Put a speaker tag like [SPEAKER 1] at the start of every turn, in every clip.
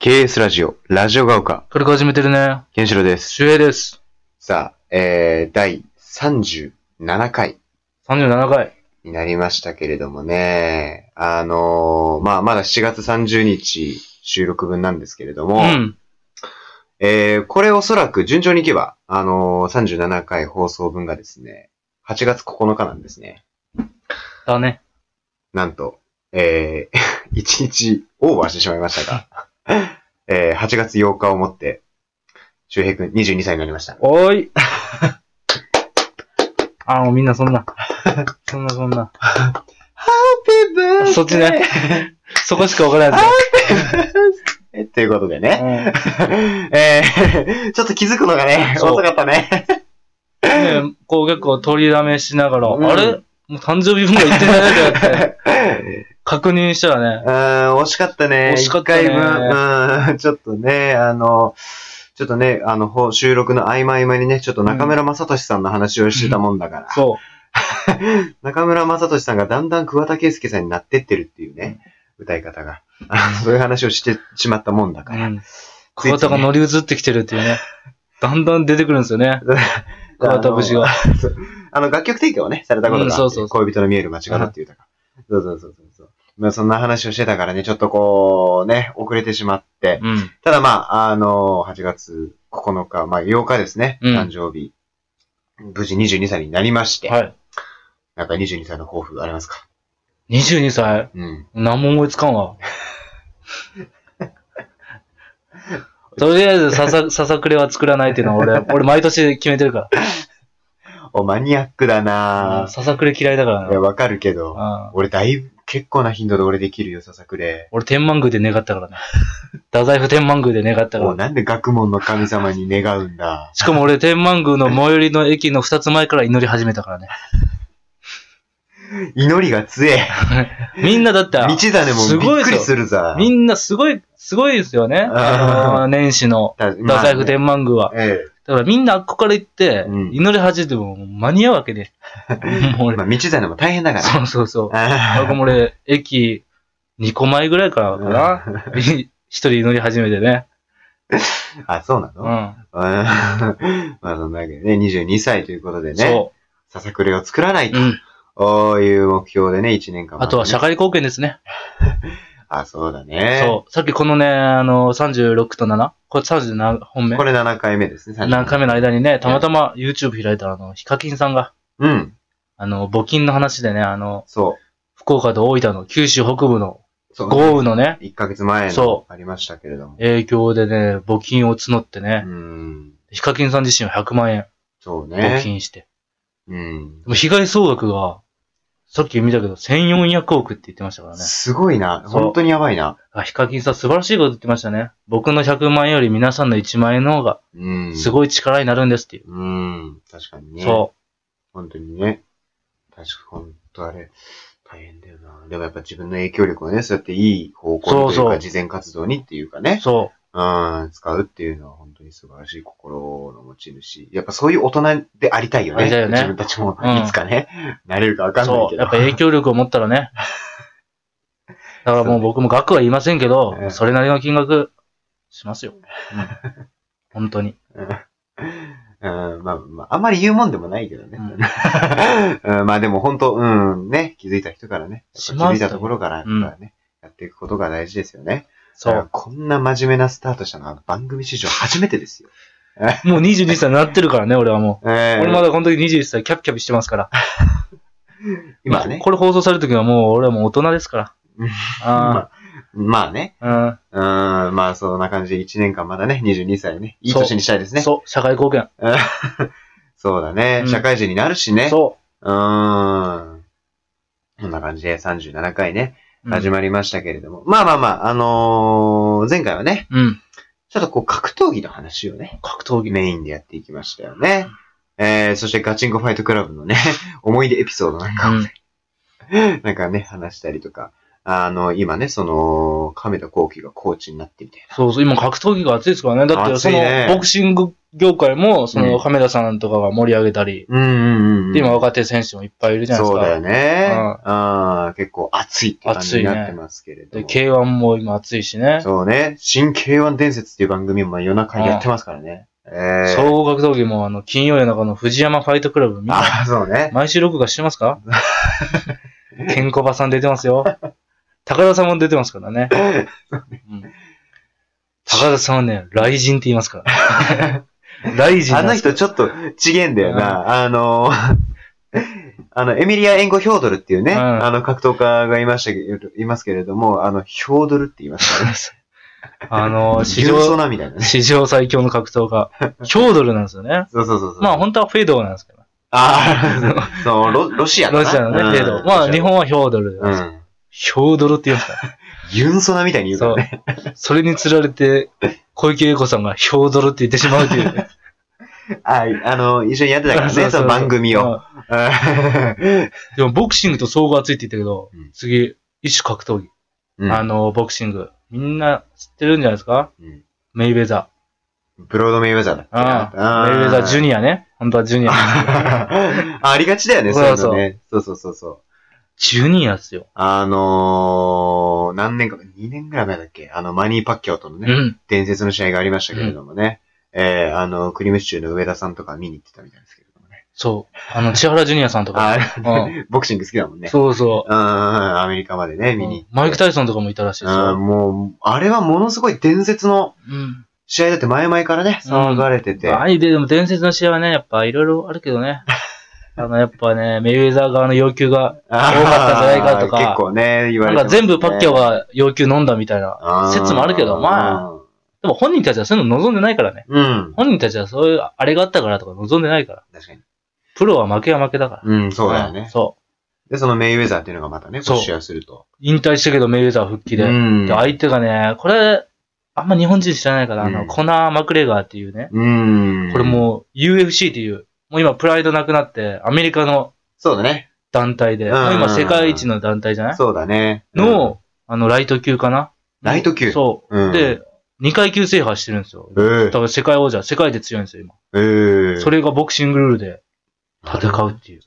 [SPEAKER 1] KS ラジオ、ラジオが丘、
[SPEAKER 2] 軽く始めてるね。
[SPEAKER 1] ケンシロウです。
[SPEAKER 2] 周平です。
[SPEAKER 1] さあ、えー、第37回
[SPEAKER 2] 37回。
[SPEAKER 1] になりましたけれどもね、あのー、まあ、まだ7月30日収録分なんですけれど
[SPEAKER 2] う
[SPEAKER 1] も、
[SPEAKER 2] ん。
[SPEAKER 1] えー、これおそらく順調にいけば、あのー、37回放送分がですね、8月9日なんですね。
[SPEAKER 2] だね。
[SPEAKER 1] なんと、えー、1日オーバーしてしまいましたが、 えー、8月8日をもって、周平くん22歳になりました。
[SPEAKER 2] おーい。 あ、もうみんなそん な。そんなそんな。そっちね。そこしかわからない
[SPEAKER 1] え ということでね。え
[SPEAKER 2] ね。
[SPEAKER 1] ー、 ちょっと気づくのがね、
[SPEAKER 2] そう
[SPEAKER 1] 遅かったね。
[SPEAKER 2] うんねこう結構取りだめしながら、
[SPEAKER 1] うん
[SPEAKER 2] あれもう誕生日分が言ってないだけだ って。確認したら
[SPEAKER 1] う
[SPEAKER 2] ね。
[SPEAKER 1] ーん、惜しかったね。
[SPEAKER 2] 惜しかったね
[SPEAKER 1] 一回分、うん、ちょっとね、あの、ちょっとね、あの、ほ収録の合間合間にね、ちょっと中村雅俊さんの話をしてたもんだから、
[SPEAKER 2] そ
[SPEAKER 1] 中村雅俊さんがだんだん桑田佳祐さんになってってるっていうね、歌い方が。あのそういう話をしてしまったもんだ
[SPEAKER 2] う。
[SPEAKER 1] か
[SPEAKER 2] う
[SPEAKER 1] ら。
[SPEAKER 2] ん。桑田が乗り移ってきてるっていうね。だんだん出てくるんですよね。桑田節が。
[SPEAKER 1] あの、楽曲提供をね、されたこと
[SPEAKER 2] うん
[SPEAKER 1] が
[SPEAKER 2] そ
[SPEAKER 1] あ
[SPEAKER 2] う
[SPEAKER 1] って、
[SPEAKER 2] そう
[SPEAKER 1] 恋人の見える街角っていう歌が。そうそうそうそうそう。まあ、そんな話をしてたからね、ちょっとこう、ね、遅れてしまって。
[SPEAKER 2] うん。
[SPEAKER 1] ただまあ、あの、8月9日、まあ、8日ですね、
[SPEAKER 2] うん
[SPEAKER 1] 誕生日。無事22歳になりまして、
[SPEAKER 2] はい。
[SPEAKER 1] なんか22歳の抱負ありますか
[SPEAKER 2] 22歳。
[SPEAKER 1] うん。
[SPEAKER 2] 何も思いつかんわ。とりあえずささ、ささくれは作らないっていうのは俺、俺毎年決めてるか
[SPEAKER 1] お、マニアックだ
[SPEAKER 2] ら。
[SPEAKER 1] な
[SPEAKER 2] ささくれ嫌いだから
[SPEAKER 1] ぁ。いや、
[SPEAKER 2] な。
[SPEAKER 1] わかるけど、
[SPEAKER 2] うん
[SPEAKER 1] 俺だいぶ、結構な頻度で俺できるよ、ささくれ。
[SPEAKER 2] 俺天満宮で願ったからね。太宰府天満宮で願ったか
[SPEAKER 1] もう
[SPEAKER 2] ら。。
[SPEAKER 1] なんで学問の神様に願うんだ
[SPEAKER 2] しかも俺天満宮の最寄りの駅の二つ前から祈り始めたからね。
[SPEAKER 1] 祈りが強え。
[SPEAKER 2] みんなだっ て、
[SPEAKER 1] 道だね、も
[SPEAKER 2] す
[SPEAKER 1] う
[SPEAKER 2] ご
[SPEAKER 1] びっ
[SPEAKER 2] い
[SPEAKER 1] くり
[SPEAKER 2] です
[SPEAKER 1] す
[SPEAKER 2] よ。
[SPEAKER 1] るざ。
[SPEAKER 2] みんなすごい、すごいですよね。あの年始の
[SPEAKER 1] だ
[SPEAKER 2] 太宰府
[SPEAKER 1] まあね
[SPEAKER 2] 天満宮は。
[SPEAKER 1] え
[SPEAKER 2] だからみんなあっこから行って、
[SPEAKER 1] うん
[SPEAKER 2] 祈り始めても間に合うわ けで。もう
[SPEAKER 1] え。
[SPEAKER 2] 俺
[SPEAKER 1] まあ、道材のも大変だから。
[SPEAKER 2] そうそうそう。
[SPEAKER 1] あ
[SPEAKER 2] 僕も俺、駅2個前ぐらいからかな。一人乗り始めてね。
[SPEAKER 1] ーあ、そうな
[SPEAKER 2] う
[SPEAKER 1] の、うん、
[SPEAKER 2] ん。
[SPEAKER 1] まあ、そんなわけでね、22歳ということでね、
[SPEAKER 2] そ。
[SPEAKER 1] ささくれを作らないう
[SPEAKER 2] うん。
[SPEAKER 1] という目標でね、1年間、
[SPEAKER 2] あとは社
[SPEAKER 1] 会。
[SPEAKER 2] 会貢献ですね。
[SPEAKER 1] あ、そうだね。
[SPEAKER 2] そう。さっきこのね、あの、36と7。これ37本目
[SPEAKER 1] こ。れ7回目ですね、37
[SPEAKER 2] 何回目の間にね、たまたま YouTube 開いたら、あの、ヒカキンさんが、
[SPEAKER 1] うん、
[SPEAKER 2] あの、募金の話でね、あの、
[SPEAKER 1] そ
[SPEAKER 2] 福岡と大分の九州北部の
[SPEAKER 1] う。そう
[SPEAKER 2] 豪雨のね、
[SPEAKER 1] 1ヶ月前の
[SPEAKER 2] そ
[SPEAKER 1] ありましたけれども。
[SPEAKER 2] 影響でね、募金を募って
[SPEAKER 1] う
[SPEAKER 2] ね、
[SPEAKER 1] ん、
[SPEAKER 2] ヒカキンさん自身は100万円
[SPEAKER 1] そう
[SPEAKER 2] 募
[SPEAKER 1] ね。
[SPEAKER 2] 金して。
[SPEAKER 1] うん
[SPEAKER 2] で。も被害総額が、さっき見たけど、1400億って言ってましたからね。
[SPEAKER 1] すごいな。
[SPEAKER 2] そう
[SPEAKER 1] 本当にやばいな。
[SPEAKER 2] あ、ヒカキンさん素晴らしいこと言ってましたね。僕の100万円より皆さんの1万円の方が、
[SPEAKER 1] うん。
[SPEAKER 2] す
[SPEAKER 1] い。
[SPEAKER 2] ごい力になるんですっていう。
[SPEAKER 1] うん。確かにね。
[SPEAKER 2] そ
[SPEAKER 1] 本当にね。確か、本当あれ、大変だよな。でもやっぱ自分の影響力をね、そうやっていい方向にというか、
[SPEAKER 2] そうそう
[SPEAKER 1] 事前活動にっていうか
[SPEAKER 2] う。
[SPEAKER 1] ね、
[SPEAKER 2] そ
[SPEAKER 1] うん、使うっていうのは本当に素晴らしい心の持ち主。やっぱそういう大人でありたいよ
[SPEAKER 2] あ
[SPEAKER 1] ね。
[SPEAKER 2] りたいよね
[SPEAKER 1] 自分たちも、
[SPEAKER 2] うん
[SPEAKER 1] いつかね、なれるかわ
[SPEAKER 2] う。
[SPEAKER 1] かんない
[SPEAKER 2] そ
[SPEAKER 1] け
[SPEAKER 2] う。
[SPEAKER 1] ど。
[SPEAKER 2] やっぱ影響力を持った らね。だからもう僕も額は言いませんけど、
[SPEAKER 1] うん
[SPEAKER 2] それなりの金額、しますよ。うん。本当に。
[SPEAKER 1] うん、まあ、まあ、あんまり言うもんでもないけどね。
[SPEAKER 2] う
[SPEAKER 1] うん、まあでも本当、うん、ね、気づいた人からね、やっぱ気づいたところから、やっ
[SPEAKER 2] しますよ
[SPEAKER 1] ぱね、やっていくことが大事ですよね。
[SPEAKER 2] そ
[SPEAKER 1] だから
[SPEAKER 2] う。
[SPEAKER 1] こんな真面目なスタートしたのは番組史上初めてですよ。
[SPEAKER 2] もう22歳になってるからね、俺はもう。
[SPEAKER 1] ええ
[SPEAKER 2] 俺まだこの時21歳キャピキャピしてますから。
[SPEAKER 1] 今はね。
[SPEAKER 2] これ放送される時はもう俺はもう大人ですから
[SPEAKER 1] うん。
[SPEAKER 2] あ
[SPEAKER 1] まあね。
[SPEAKER 2] あ。
[SPEAKER 1] う
[SPEAKER 2] うん。
[SPEAKER 1] ーん、まあそんな感じで1年間まだね、22歳ね。いい年にしたいですね。そう
[SPEAKER 2] そう、社会貢献。
[SPEAKER 1] だね、
[SPEAKER 2] うん
[SPEAKER 1] 社会人になるしね。。
[SPEAKER 2] そう
[SPEAKER 1] ーん。こんな感じで37回ね、
[SPEAKER 2] う。
[SPEAKER 1] 始
[SPEAKER 2] ま
[SPEAKER 1] まりましたけれども。まあまあまあ、あのー前回はね、
[SPEAKER 2] うん。
[SPEAKER 1] ちょっとこう格闘技の話をね、
[SPEAKER 2] 格闘技。
[SPEAKER 1] メインでやっていきましたよね。えー、そしてガチンコファ イトクラブのね、思い出エピソードなんかを
[SPEAKER 2] うん。
[SPEAKER 1] なんかね、話したりとか、あの、今ね、その、亀田光輝がコーチになってみたいな。
[SPEAKER 2] そうそう、今格闘技が熱いですからね。だって、
[SPEAKER 1] 熱
[SPEAKER 2] そ
[SPEAKER 1] い
[SPEAKER 2] の
[SPEAKER 1] ね、
[SPEAKER 2] ボクシング業界も、そうの、
[SPEAKER 1] ん
[SPEAKER 2] 亀田さんとかが盛り上げたり、
[SPEAKER 1] うんうんうん。
[SPEAKER 2] で今若手選手もいっぱいいるじゃないです
[SPEAKER 1] そう
[SPEAKER 2] か。
[SPEAKER 1] だよね。
[SPEAKER 2] うん
[SPEAKER 1] ああ結構熱いって感じになってますけれど
[SPEAKER 2] で、
[SPEAKER 1] も。
[SPEAKER 2] K1 も今熱いしね。
[SPEAKER 1] そうね。新 K1 伝説っていう番組も夜中にやってますからね。ええー。
[SPEAKER 2] 総合格闘技も、あの、金曜夜中の藤山ファイトクラブ、みんな、
[SPEAKER 1] ああ、そうね。
[SPEAKER 2] 毎週録画してますかケンコバさん出てますよ。高田さんも出てますからね。うん高田さんはね、雷神って言いますから。雷神
[SPEAKER 1] あ
[SPEAKER 2] なん
[SPEAKER 1] の
[SPEAKER 2] です
[SPEAKER 1] 人
[SPEAKER 2] よ
[SPEAKER 1] ちょっとちげえんだよな。あの ー、あの、エミリア・エンゴ・ヒョードルっていうね、
[SPEAKER 2] うん
[SPEAKER 1] あの、格闘家がいましたけど、いますけれども、あの、ヒョードルって言います からね。
[SPEAKER 2] あの、史
[SPEAKER 1] 重曹
[SPEAKER 2] 上、
[SPEAKER 1] なみたいなね。
[SPEAKER 2] 史上最強の格闘家、ヒョードルなんですよね。
[SPEAKER 1] そうそうそうそう。
[SPEAKER 2] まあ本当はフェードーなんですけど。
[SPEAKER 1] あ あ、そう、ロロシアかな
[SPEAKER 2] ロシアのね、
[SPEAKER 1] うん
[SPEAKER 2] フェードー。まあ日本はヒョードル。
[SPEAKER 1] うん。
[SPEAKER 2] ヒョードルって言うんですか
[SPEAKER 1] ユンソナみたいに言うからね。
[SPEAKER 2] ら。それにつられて、小池栄子さんがヒョードルって言ってしまうとい うね。
[SPEAKER 1] ああの、一緒にやってたから
[SPEAKER 2] そうそう
[SPEAKER 1] ね、
[SPEAKER 2] そう
[SPEAKER 1] その番組 を。。
[SPEAKER 2] でもボクシングと総合はついて言ったけど、
[SPEAKER 1] うん
[SPEAKER 2] 次、一種格闘技。
[SPEAKER 1] うん
[SPEAKER 2] あの、ボクシング。みんな知ってるんじゃないですか
[SPEAKER 1] うん
[SPEAKER 2] メイウェザ
[SPEAKER 1] ブロードメイウェザーだっ
[SPEAKER 2] ー。うん。
[SPEAKER 1] け
[SPEAKER 2] メイウェザージュ
[SPEAKER 1] ニ
[SPEAKER 2] ニアね。本当はジュニ ア。
[SPEAKER 1] あありがちだよね、そういうのね。そうそうそうそう。
[SPEAKER 2] ジュニアっすよ。
[SPEAKER 1] あのー、何年か、2年ぐらい前だっけあの、マニー・パッキャオとの
[SPEAKER 2] う
[SPEAKER 1] ね、
[SPEAKER 2] ん。
[SPEAKER 1] 伝説の試合がありましたけれどもね。えー、あの、クリームシチューの上田さんとか見に行ってたみたいですけれどもね。
[SPEAKER 2] そう。あの、千原ジュニアさんとか。
[SPEAKER 1] あ
[SPEAKER 2] う
[SPEAKER 1] ボクシング好きだもんね。
[SPEAKER 2] そうそう。
[SPEAKER 1] うんうんうん、アメリカまでね、見に行って。
[SPEAKER 2] マイク・タイソンとかもいたらしいです
[SPEAKER 1] うん、
[SPEAKER 2] よ。
[SPEAKER 1] もう、あれはものすごい伝説の
[SPEAKER 2] うん。
[SPEAKER 1] 試合だって前々からね、騒がれてて。
[SPEAKER 2] あいで、でも伝説の試合はね、やっぱいろいろあるけ どね。あの、やっぱね、メイウェザー側の要求が、
[SPEAKER 1] あー
[SPEAKER 2] 多かったんじゃないかとか
[SPEAKER 1] 結構ね、言わ
[SPEAKER 2] な
[SPEAKER 1] れて
[SPEAKER 2] んか
[SPEAKER 1] ますね、
[SPEAKER 2] 全部パッキャオが要求飲んだみたいな。
[SPEAKER 1] あー
[SPEAKER 2] 説もあるけどまでも本人たちはそういうの望んでないからね。
[SPEAKER 1] うん。
[SPEAKER 2] 本人たちはそういう、あれがあったからとか望んでないから。
[SPEAKER 1] 確かに。
[SPEAKER 2] プロは負けは負けだから。
[SPEAKER 1] うん、そうだよ
[SPEAKER 2] ん
[SPEAKER 1] ね。
[SPEAKER 2] そ
[SPEAKER 1] で、そのメイウェザーっていうのがまたね、
[SPEAKER 2] そう
[SPEAKER 1] 試合すると
[SPEAKER 2] う。。引退したけどメイウェザー復帰で。
[SPEAKER 1] うん
[SPEAKER 2] で、。相手がね、これ、あんま日本人知らないから、あ
[SPEAKER 1] う
[SPEAKER 2] の、
[SPEAKER 1] ん
[SPEAKER 2] コナー・マクレガーっていうね、
[SPEAKER 1] うん。
[SPEAKER 2] これもう UFC っていう、もう今プライドなくなって、アメリカの
[SPEAKER 1] そうだね。
[SPEAKER 2] 団体
[SPEAKER 1] う
[SPEAKER 2] で、
[SPEAKER 1] ん
[SPEAKER 2] もう今世界一の団体じゃない
[SPEAKER 1] そうだね。
[SPEAKER 2] の、あの、ライト級かな
[SPEAKER 1] ライト級
[SPEAKER 2] そうう。
[SPEAKER 1] ん、
[SPEAKER 2] で、2階級制覇してるんですよ。
[SPEAKER 1] え
[SPEAKER 2] だから世界王者、世界で強いんですよ、今。
[SPEAKER 1] えええ
[SPEAKER 2] それがボクシングルールで戦うっていう。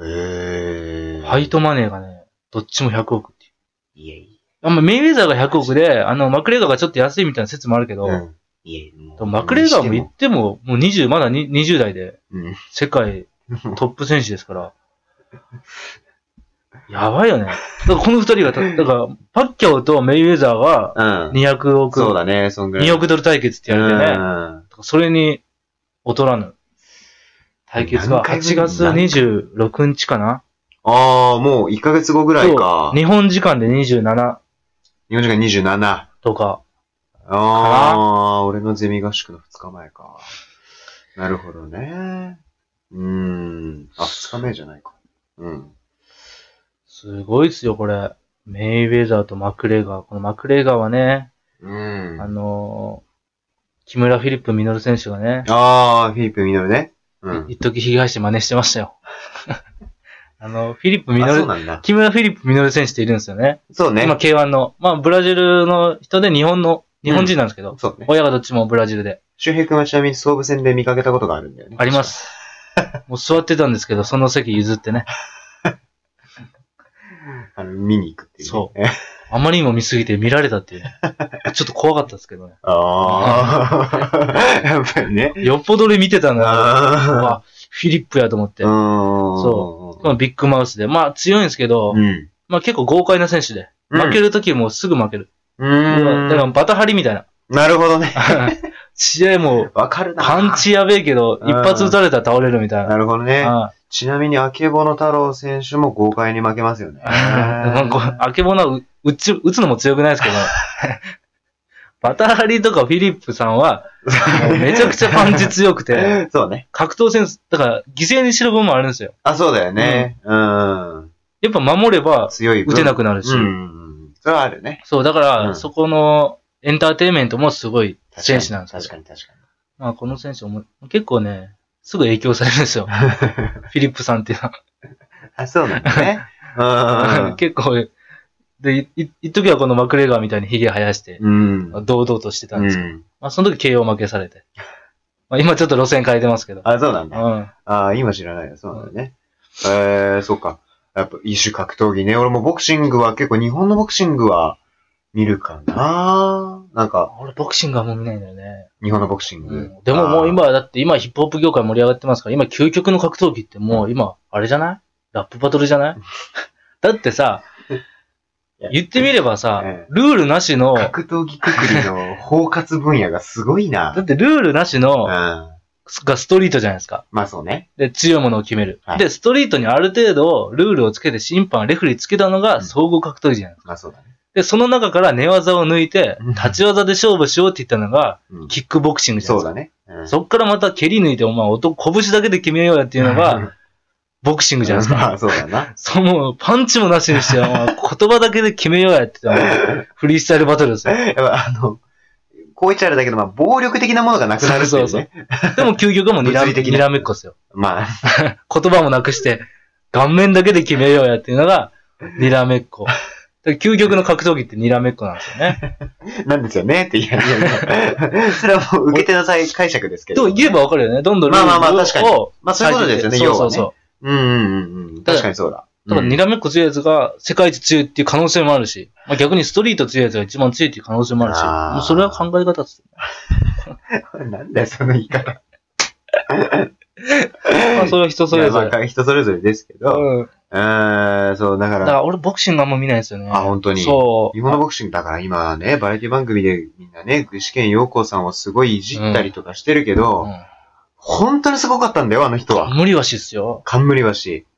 [SPEAKER 1] ええ
[SPEAKER 2] ファイトマネーがね、どっちも100億っていう。
[SPEAKER 1] いえい
[SPEAKER 2] あんまメイウェザーが100億で、あの、マクレガーがちょっと安いみたいな説もあるけ
[SPEAKER 1] え。
[SPEAKER 2] ど、
[SPEAKER 1] うん。いえいえも
[SPEAKER 2] で
[SPEAKER 1] う
[SPEAKER 2] もマクレガーも言っても、もう20、まだに20代で、
[SPEAKER 1] うん。
[SPEAKER 2] 世 界トップ選手ですから。やばいよね。だからこの二人がた、だから、パッキャオとメイウェザーは
[SPEAKER 1] うん。
[SPEAKER 2] 200億、
[SPEAKER 1] そうだね、そんぐらい。
[SPEAKER 2] 2億ドル対決ってやるんでね、だか
[SPEAKER 1] うん
[SPEAKER 2] らそれに劣らぬ対決が
[SPEAKER 1] 何回
[SPEAKER 2] 8
[SPEAKER 1] 分
[SPEAKER 2] 月26日かな
[SPEAKER 1] ああ、もう1ヶ月後ぐらいか。
[SPEAKER 2] 日本時間で27
[SPEAKER 1] 日本時間27。
[SPEAKER 2] とか、
[SPEAKER 1] ああ、俺のゼミ合宿の2日前か。なるほどね。うーん。あ、2日目じゃないか。うん。
[SPEAKER 2] すごいっすよ、これ。メイウェザーとマクレガー。このマクレガーはね、
[SPEAKER 1] うん。
[SPEAKER 2] あ
[SPEAKER 1] あ
[SPEAKER 2] のー木村フィリップ・ミノル選手がね、
[SPEAKER 1] あー、フィリップ・ミノルね。うん。
[SPEAKER 2] 一時ひげ生やして真似してましたよ。 あの、フィリップ・ミ
[SPEAKER 1] あ、
[SPEAKER 2] ノ
[SPEAKER 1] そう
[SPEAKER 2] ル、
[SPEAKER 1] なんだ。
[SPEAKER 2] 木村フィリップ・ミノル選手っているんですよね。
[SPEAKER 1] そうね
[SPEAKER 2] 今。K1 の、まあブラジルの人で日本の、日本人なんですけど、
[SPEAKER 1] そうね。
[SPEAKER 2] 親がどっちもブラジルで。
[SPEAKER 1] 周平君はちなみに総武線で見かけたことがあるんだよね。
[SPEAKER 2] ありま。す。もう座ってたんですけど、その席譲ってね。
[SPEAKER 1] あの、見に行くっていう、ね。。
[SPEAKER 2] そう
[SPEAKER 1] え
[SPEAKER 2] あまりにも見すぎて見られたっていうね、ちょっと怖かったですけどね。
[SPEAKER 1] ああ。 やっぱりね。
[SPEAKER 2] よっぽど俺見てたんだな。う
[SPEAKER 1] ああ。
[SPEAKER 2] わフィリップやと思って。
[SPEAKER 1] うーん。
[SPEAKER 2] こ
[SPEAKER 1] そ
[SPEAKER 2] のビッグマウスで。まあ強いんですけど、
[SPEAKER 1] うん。
[SPEAKER 2] まあ結構豪快な選手で。負け
[SPEAKER 1] る。
[SPEAKER 2] るときもすぐ負ける。
[SPEAKER 1] う
[SPEAKER 2] だから
[SPEAKER 1] ーん。
[SPEAKER 2] バタ張りみ たいな。
[SPEAKER 1] なるほどね。
[SPEAKER 2] 試合も
[SPEAKER 1] わかるな。
[SPEAKER 2] パンチやべえけど、
[SPEAKER 1] うん
[SPEAKER 2] 一発撃たれたら倒れるみたいな。
[SPEAKER 1] なるほどね。
[SPEAKER 2] あ
[SPEAKER 1] ちなみに、あけぼの太郎選手も豪快に負けますよね。
[SPEAKER 2] あこうあけぼのは打ち打つのも強くない ですけど、バタハリとかフィリップさんは、もうめちゃくちゃパンチ強くて、
[SPEAKER 1] そうね。
[SPEAKER 2] 格闘センス、だから犠牲にしろ分もあるんですよ。
[SPEAKER 1] あ、そうだよね。うん。
[SPEAKER 2] やっぱ守れば
[SPEAKER 1] 強い分。
[SPEAKER 2] 打てなくなるし
[SPEAKER 1] う。ん。それはあるね。
[SPEAKER 2] そう、だか
[SPEAKER 1] う
[SPEAKER 2] ら、
[SPEAKER 1] ん
[SPEAKER 2] そこのエンターテインメントもすごい選手なんですよ。
[SPEAKER 1] 確かに確か
[SPEAKER 2] まあ、この選手も結構ね、すぐ影響されるんで すよ。フィリップさんっていうのは。
[SPEAKER 1] に。あ、そうなんだね。うん。
[SPEAKER 2] 結構、で、いい一時はこのマクレガーみたいにヒゲ生やして、
[SPEAKER 1] うん。
[SPEAKER 2] 堂々としてたん
[SPEAKER 1] う
[SPEAKER 2] ですけど、
[SPEAKER 1] ん。
[SPEAKER 2] まあその時 KO 負けされて。まあ今ちょっと路線変えてますけど。
[SPEAKER 1] あ、そうなん
[SPEAKER 2] う
[SPEAKER 1] だ。
[SPEAKER 2] ん。
[SPEAKER 1] ああ、今知らないよ。そうなんだね。えー、そうか。やっぱ、一種格闘技ね。俺もボクシングは結構、日本のボクシングは見るかななんか、
[SPEAKER 2] 俺ボクシングはもう見ないんだよね。
[SPEAKER 1] 日本のボクシン
[SPEAKER 2] う
[SPEAKER 1] グ。
[SPEAKER 2] ん。でももう
[SPEAKER 1] あ
[SPEAKER 2] 今、だって今ヒップホップ業界盛り上がってますから、今究極の格闘技ってもう今、あれじゃないラップバトルじゃない だってさ
[SPEAKER 1] いや、
[SPEAKER 2] 言ってみればさ
[SPEAKER 1] ええ、
[SPEAKER 2] ルールなしの、
[SPEAKER 1] ー。
[SPEAKER 2] だ
[SPEAKER 1] 格闘技くくりの包括分野がすごい な。
[SPEAKER 2] ってルールなし
[SPEAKER 1] うん。
[SPEAKER 2] の、
[SPEAKER 1] ま
[SPEAKER 2] がストリートじゃないですか。
[SPEAKER 1] あそうね。
[SPEAKER 2] で、強いものを決める。
[SPEAKER 1] はい
[SPEAKER 2] で、ストリートにある程度、ルールをつけて審判、レフェリーつけたの
[SPEAKER 1] う
[SPEAKER 2] が
[SPEAKER 1] ん
[SPEAKER 2] 総合格闘技じゃないですか。
[SPEAKER 1] まあそうだね。
[SPEAKER 2] で、その中から寝技を抜いて
[SPEAKER 1] うん、
[SPEAKER 2] 立ち技で勝負しようって言ったのが、
[SPEAKER 1] うん
[SPEAKER 2] キックボクシングじゃな
[SPEAKER 1] そ
[SPEAKER 2] いうですか。
[SPEAKER 1] だね。うん
[SPEAKER 2] そっからまた蹴り抜いて、お前、音、拳だけで決めようやっ ていうのが、、ボクシングじゃないです
[SPEAKER 1] ま
[SPEAKER 2] か。
[SPEAKER 1] あそうだな。
[SPEAKER 2] その、パンチもなしにして、お前、言葉だけで決めようやって言ったのフリースタイルバトルですよ。
[SPEAKER 1] やっぱあの、こう言っちゃあれだけど、まあ、暴力的なものがなくなるっていうね。
[SPEAKER 2] そうそうでも、究極はもうにら
[SPEAKER 1] 物理的な
[SPEAKER 2] にらめっこですよ。
[SPEAKER 1] まあ、
[SPEAKER 2] 言葉もなくして、顔面だけで決めようやっていうのが、にらめっ こ。で究極の格闘技ってにらめっこなんですよね。
[SPEAKER 1] なんですよねって言えない。それはもう受け手の際解釈ですけ
[SPEAKER 2] と
[SPEAKER 1] ど。
[SPEAKER 2] 言えばわかるよね。どんどんルールを
[SPEAKER 1] まあまあまあ確かにまあそういうことですよね、
[SPEAKER 2] 変えていって
[SPEAKER 1] 要
[SPEAKER 2] そう
[SPEAKER 1] は
[SPEAKER 2] そうそう
[SPEAKER 1] ね。。うんうんうんうん。確かにそうだ。
[SPEAKER 2] だから、に
[SPEAKER 1] が
[SPEAKER 2] らめっこ強いやつが世界一強いっていう可能性もあるし、まあ、逆にストリート強いやつが一番強いっていう可能性もあるし、
[SPEAKER 1] あー
[SPEAKER 2] もうそれは考え方っすよ。
[SPEAKER 1] なんだよ、その言い方。
[SPEAKER 2] まあ、それは人それぞ
[SPEAKER 1] い
[SPEAKER 2] れ。
[SPEAKER 1] やまあ人それぞれですけど。
[SPEAKER 2] うん。
[SPEAKER 1] うーん、そう、だか、
[SPEAKER 2] だからら俺ボクシングあんま見ないんですよね。
[SPEAKER 1] あ、本当に。
[SPEAKER 2] そう。
[SPEAKER 1] 日本のボクシング、だから今ね、バラエティ番組でみんなね、具志堅洋子さんをすごいいじったりとかしてるけど、本当にすごかったんだよ、あの人は
[SPEAKER 2] うん。。無理はしっすよ。
[SPEAKER 1] 冠橋。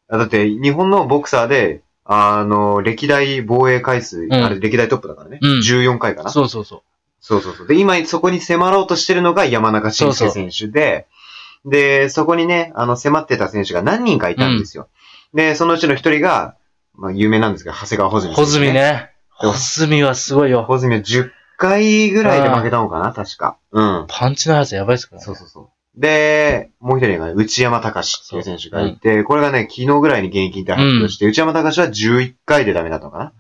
[SPEAKER 1] あだって、日本のボクサーで、あの、歴代防衛回数、
[SPEAKER 2] ん
[SPEAKER 1] あれ歴代トップだからね。
[SPEAKER 2] うん
[SPEAKER 1] 14回かな。そう
[SPEAKER 2] そうそうそう。
[SPEAKER 1] そうそう。で、今そこに迫ろうとしてるのが山中慎介選手で、で、そこにね、あの、迫ってた選手が何人かいたんですよ。で、そのうちの一人が、まあ、有名なんですけど、長谷川穂積
[SPEAKER 2] 穂
[SPEAKER 1] 選手、
[SPEAKER 2] 積ね。
[SPEAKER 1] でも
[SPEAKER 2] 穂積はすごいよ。
[SPEAKER 1] 穂積は10回ぐらいで負けたのかな、確か。うん。
[SPEAKER 2] パンチの速さやばいっすからね。
[SPEAKER 1] そうそうそう。で、もう一人がね、内山隆っていう選手がいて、これがね、昨日ぐらいに現役引退発表して、内山隆は11回でダメだったのかな。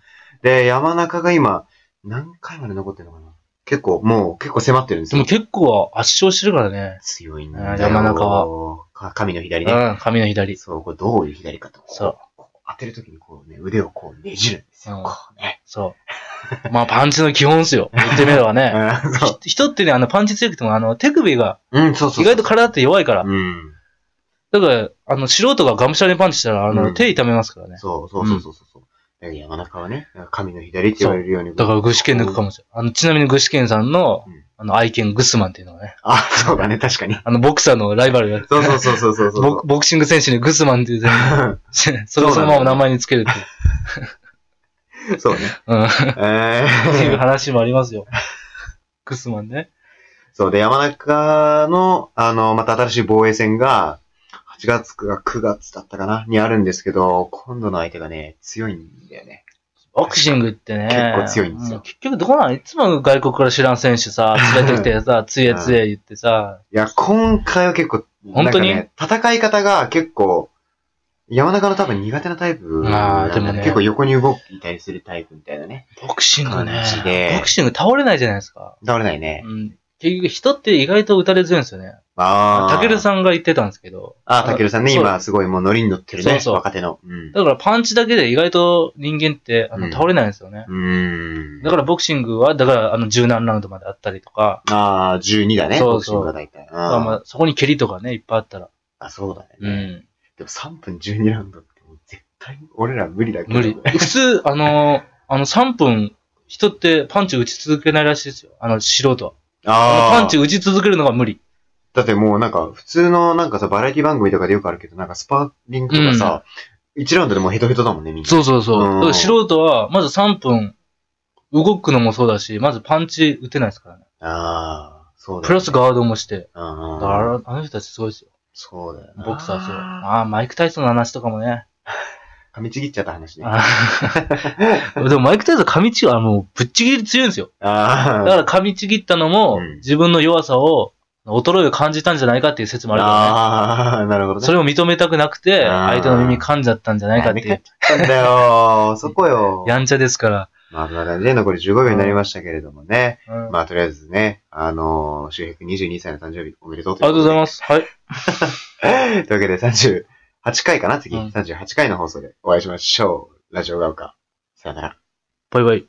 [SPEAKER 1] で、山中が今、何回まで残ってるのかな結構、もう結構迫ってるんです
[SPEAKER 2] でも
[SPEAKER 1] よ。
[SPEAKER 2] 結構圧勝してるからね。
[SPEAKER 1] 強いんだよ。
[SPEAKER 2] 山中
[SPEAKER 1] は。か神の左ね。
[SPEAKER 2] うん、髪の左。
[SPEAKER 1] そう、これどういう左かと。こ
[SPEAKER 2] そう
[SPEAKER 1] こう当てるときにこうね、腕をこうねじるんですよ。
[SPEAKER 2] うん
[SPEAKER 1] こうね。
[SPEAKER 2] そう。まあパンチの基本っすよ。言ってみればね。
[SPEAKER 1] うんそう
[SPEAKER 2] ひ人ってね、あのパンチ強くても、あの手首が
[SPEAKER 1] うん、そうそうそう。
[SPEAKER 2] 意外と体って弱いから。
[SPEAKER 1] うん。
[SPEAKER 2] だから、あの、素人ががむしゃらにパンチしたら、あの、
[SPEAKER 1] うん
[SPEAKER 2] 手痛めますからね。
[SPEAKER 1] そうそうそうそうそう。だから山中はね、神の左って言われるように。
[SPEAKER 2] だから、具志堅抜くかもしれない。あの、ちなみに具志堅さんの
[SPEAKER 1] うん、
[SPEAKER 2] あの、愛犬グスマンっていうのはね、
[SPEAKER 1] あ、そうだね、確かに。
[SPEAKER 2] あの、ボクサーのライバルが、
[SPEAKER 1] そうそうそうそうそうそ
[SPEAKER 2] ボ
[SPEAKER 1] う。
[SPEAKER 2] クボクシング選手にグスマンっていう選手、それをそのまま名前につけるってい う。
[SPEAKER 1] そうね。
[SPEAKER 2] うん。っ
[SPEAKER 1] え
[SPEAKER 2] ていう
[SPEAKER 1] ー、
[SPEAKER 2] 話もありますよ。グスマンね。
[SPEAKER 1] そうで、山中の、あの、また新しい防衛戦が、8月か9月だったかなにあるんですけど、今度の相手がね、強いんだよね。
[SPEAKER 2] ボクシングってね。
[SPEAKER 1] 結構強いんですよ
[SPEAKER 2] もう結局どこなんいつも外国から知らん選手 さ、連れてきてさ、つえつえ言ってさ、
[SPEAKER 1] いや、今回は結構、
[SPEAKER 2] 本当に
[SPEAKER 1] なんかね、戦い方が結構、山中の多分苦手なタイプなんだよ
[SPEAKER 2] あーでもね
[SPEAKER 1] 結構横に動いたりするタイプみたいなね。
[SPEAKER 2] ボクシングね
[SPEAKER 1] 感じで。
[SPEAKER 2] ボクシング倒れないじゃないですか。
[SPEAKER 1] 倒れないね。
[SPEAKER 2] うん。結局人って意外と打たれ強いんですよね。
[SPEAKER 1] ああ。
[SPEAKER 2] たけるさんが言ってたんですけど。
[SPEAKER 1] あー、たけるさんね、
[SPEAKER 2] そう
[SPEAKER 1] 今すごいもうノリに乗ってるね。
[SPEAKER 2] そうそう
[SPEAKER 1] 若手の。うん。
[SPEAKER 2] だからパンチだけで意外と人間ってあ
[SPEAKER 1] うん
[SPEAKER 2] の倒れないんですよね。
[SPEAKER 1] うーん。
[SPEAKER 2] だからボクシングは、だからあの十何ラウンドまであったりとか、
[SPEAKER 1] ああ、12だね。
[SPEAKER 2] そ
[SPEAKER 1] ボ
[SPEAKER 2] う
[SPEAKER 1] クシン
[SPEAKER 2] そう
[SPEAKER 1] グが大体。
[SPEAKER 2] だからま
[SPEAKER 1] あ
[SPEAKER 2] あそこに蹴りとかね、いっぱいあったら。
[SPEAKER 1] あ、そうだね。
[SPEAKER 2] うん。
[SPEAKER 1] でも3分12ラウンドってもう絶対俺ら無理だけど。
[SPEAKER 2] 無理。普通、あの、あの3分、人ってパンチ打ち続けないらしいですよ。あの素人は。あ
[SPEAKER 1] ああ。
[SPEAKER 2] のパンチ打ち続けるのが無理。
[SPEAKER 1] だってもうなんか普通のなんかさ、バラエティ番組とかでよくあるけど、なんかスパーリングとかさ、1ラウンドでもうヘトヘトだもんね、みんな。
[SPEAKER 2] そうそうそ
[SPEAKER 1] う
[SPEAKER 2] う。
[SPEAKER 1] ん
[SPEAKER 2] だから素人は、まず3分、動くのもそうだし、まずパンチ打てないですからね。
[SPEAKER 1] ああ、そうだ
[SPEAKER 2] プ
[SPEAKER 1] よ
[SPEAKER 2] ラ
[SPEAKER 1] ね。
[SPEAKER 2] スガードもして。だか
[SPEAKER 1] ああ、
[SPEAKER 2] ら、あの人たちすごいですよ。
[SPEAKER 1] そうだよな。
[SPEAKER 2] ボクサーそう。
[SPEAKER 1] 噛
[SPEAKER 2] ああ、マイク・タイソンの話とかもね。
[SPEAKER 1] みちぎっちゃった話ね。あ
[SPEAKER 2] あー でもマイク・タイソン噛みちぎる、あの、ぶっちぎり強いんですよ。だか
[SPEAKER 1] あ
[SPEAKER 2] ら噛みちぎったのも、
[SPEAKER 1] うん
[SPEAKER 2] 自分の弱さを、衰えを感じたんじゃないかっていう説も
[SPEAKER 1] ー。
[SPEAKER 2] あるからね。
[SPEAKER 1] ああ、なるほどね。
[SPEAKER 2] それを認めたくなくて、
[SPEAKER 1] あー
[SPEAKER 2] 相手の耳噛んじゃったんじゃないかってい
[SPEAKER 1] なん
[SPEAKER 2] う。
[SPEAKER 1] だよーそこよ。
[SPEAKER 2] やんちゃですから。
[SPEAKER 1] まあ、そんな感じで残り15秒になりましたけれどもね。
[SPEAKER 2] うん
[SPEAKER 1] まあ、とりあえずね、あのー、周平君22歳の誕生日おめでとう
[SPEAKER 2] ありがとうござい
[SPEAKER 1] ま
[SPEAKER 2] ます。はい。
[SPEAKER 1] す。というわけで38回かな次、
[SPEAKER 2] うん
[SPEAKER 1] 38回の放送でお会いしましょう。ラジオが丘。さよなら。
[SPEAKER 2] バイバイ。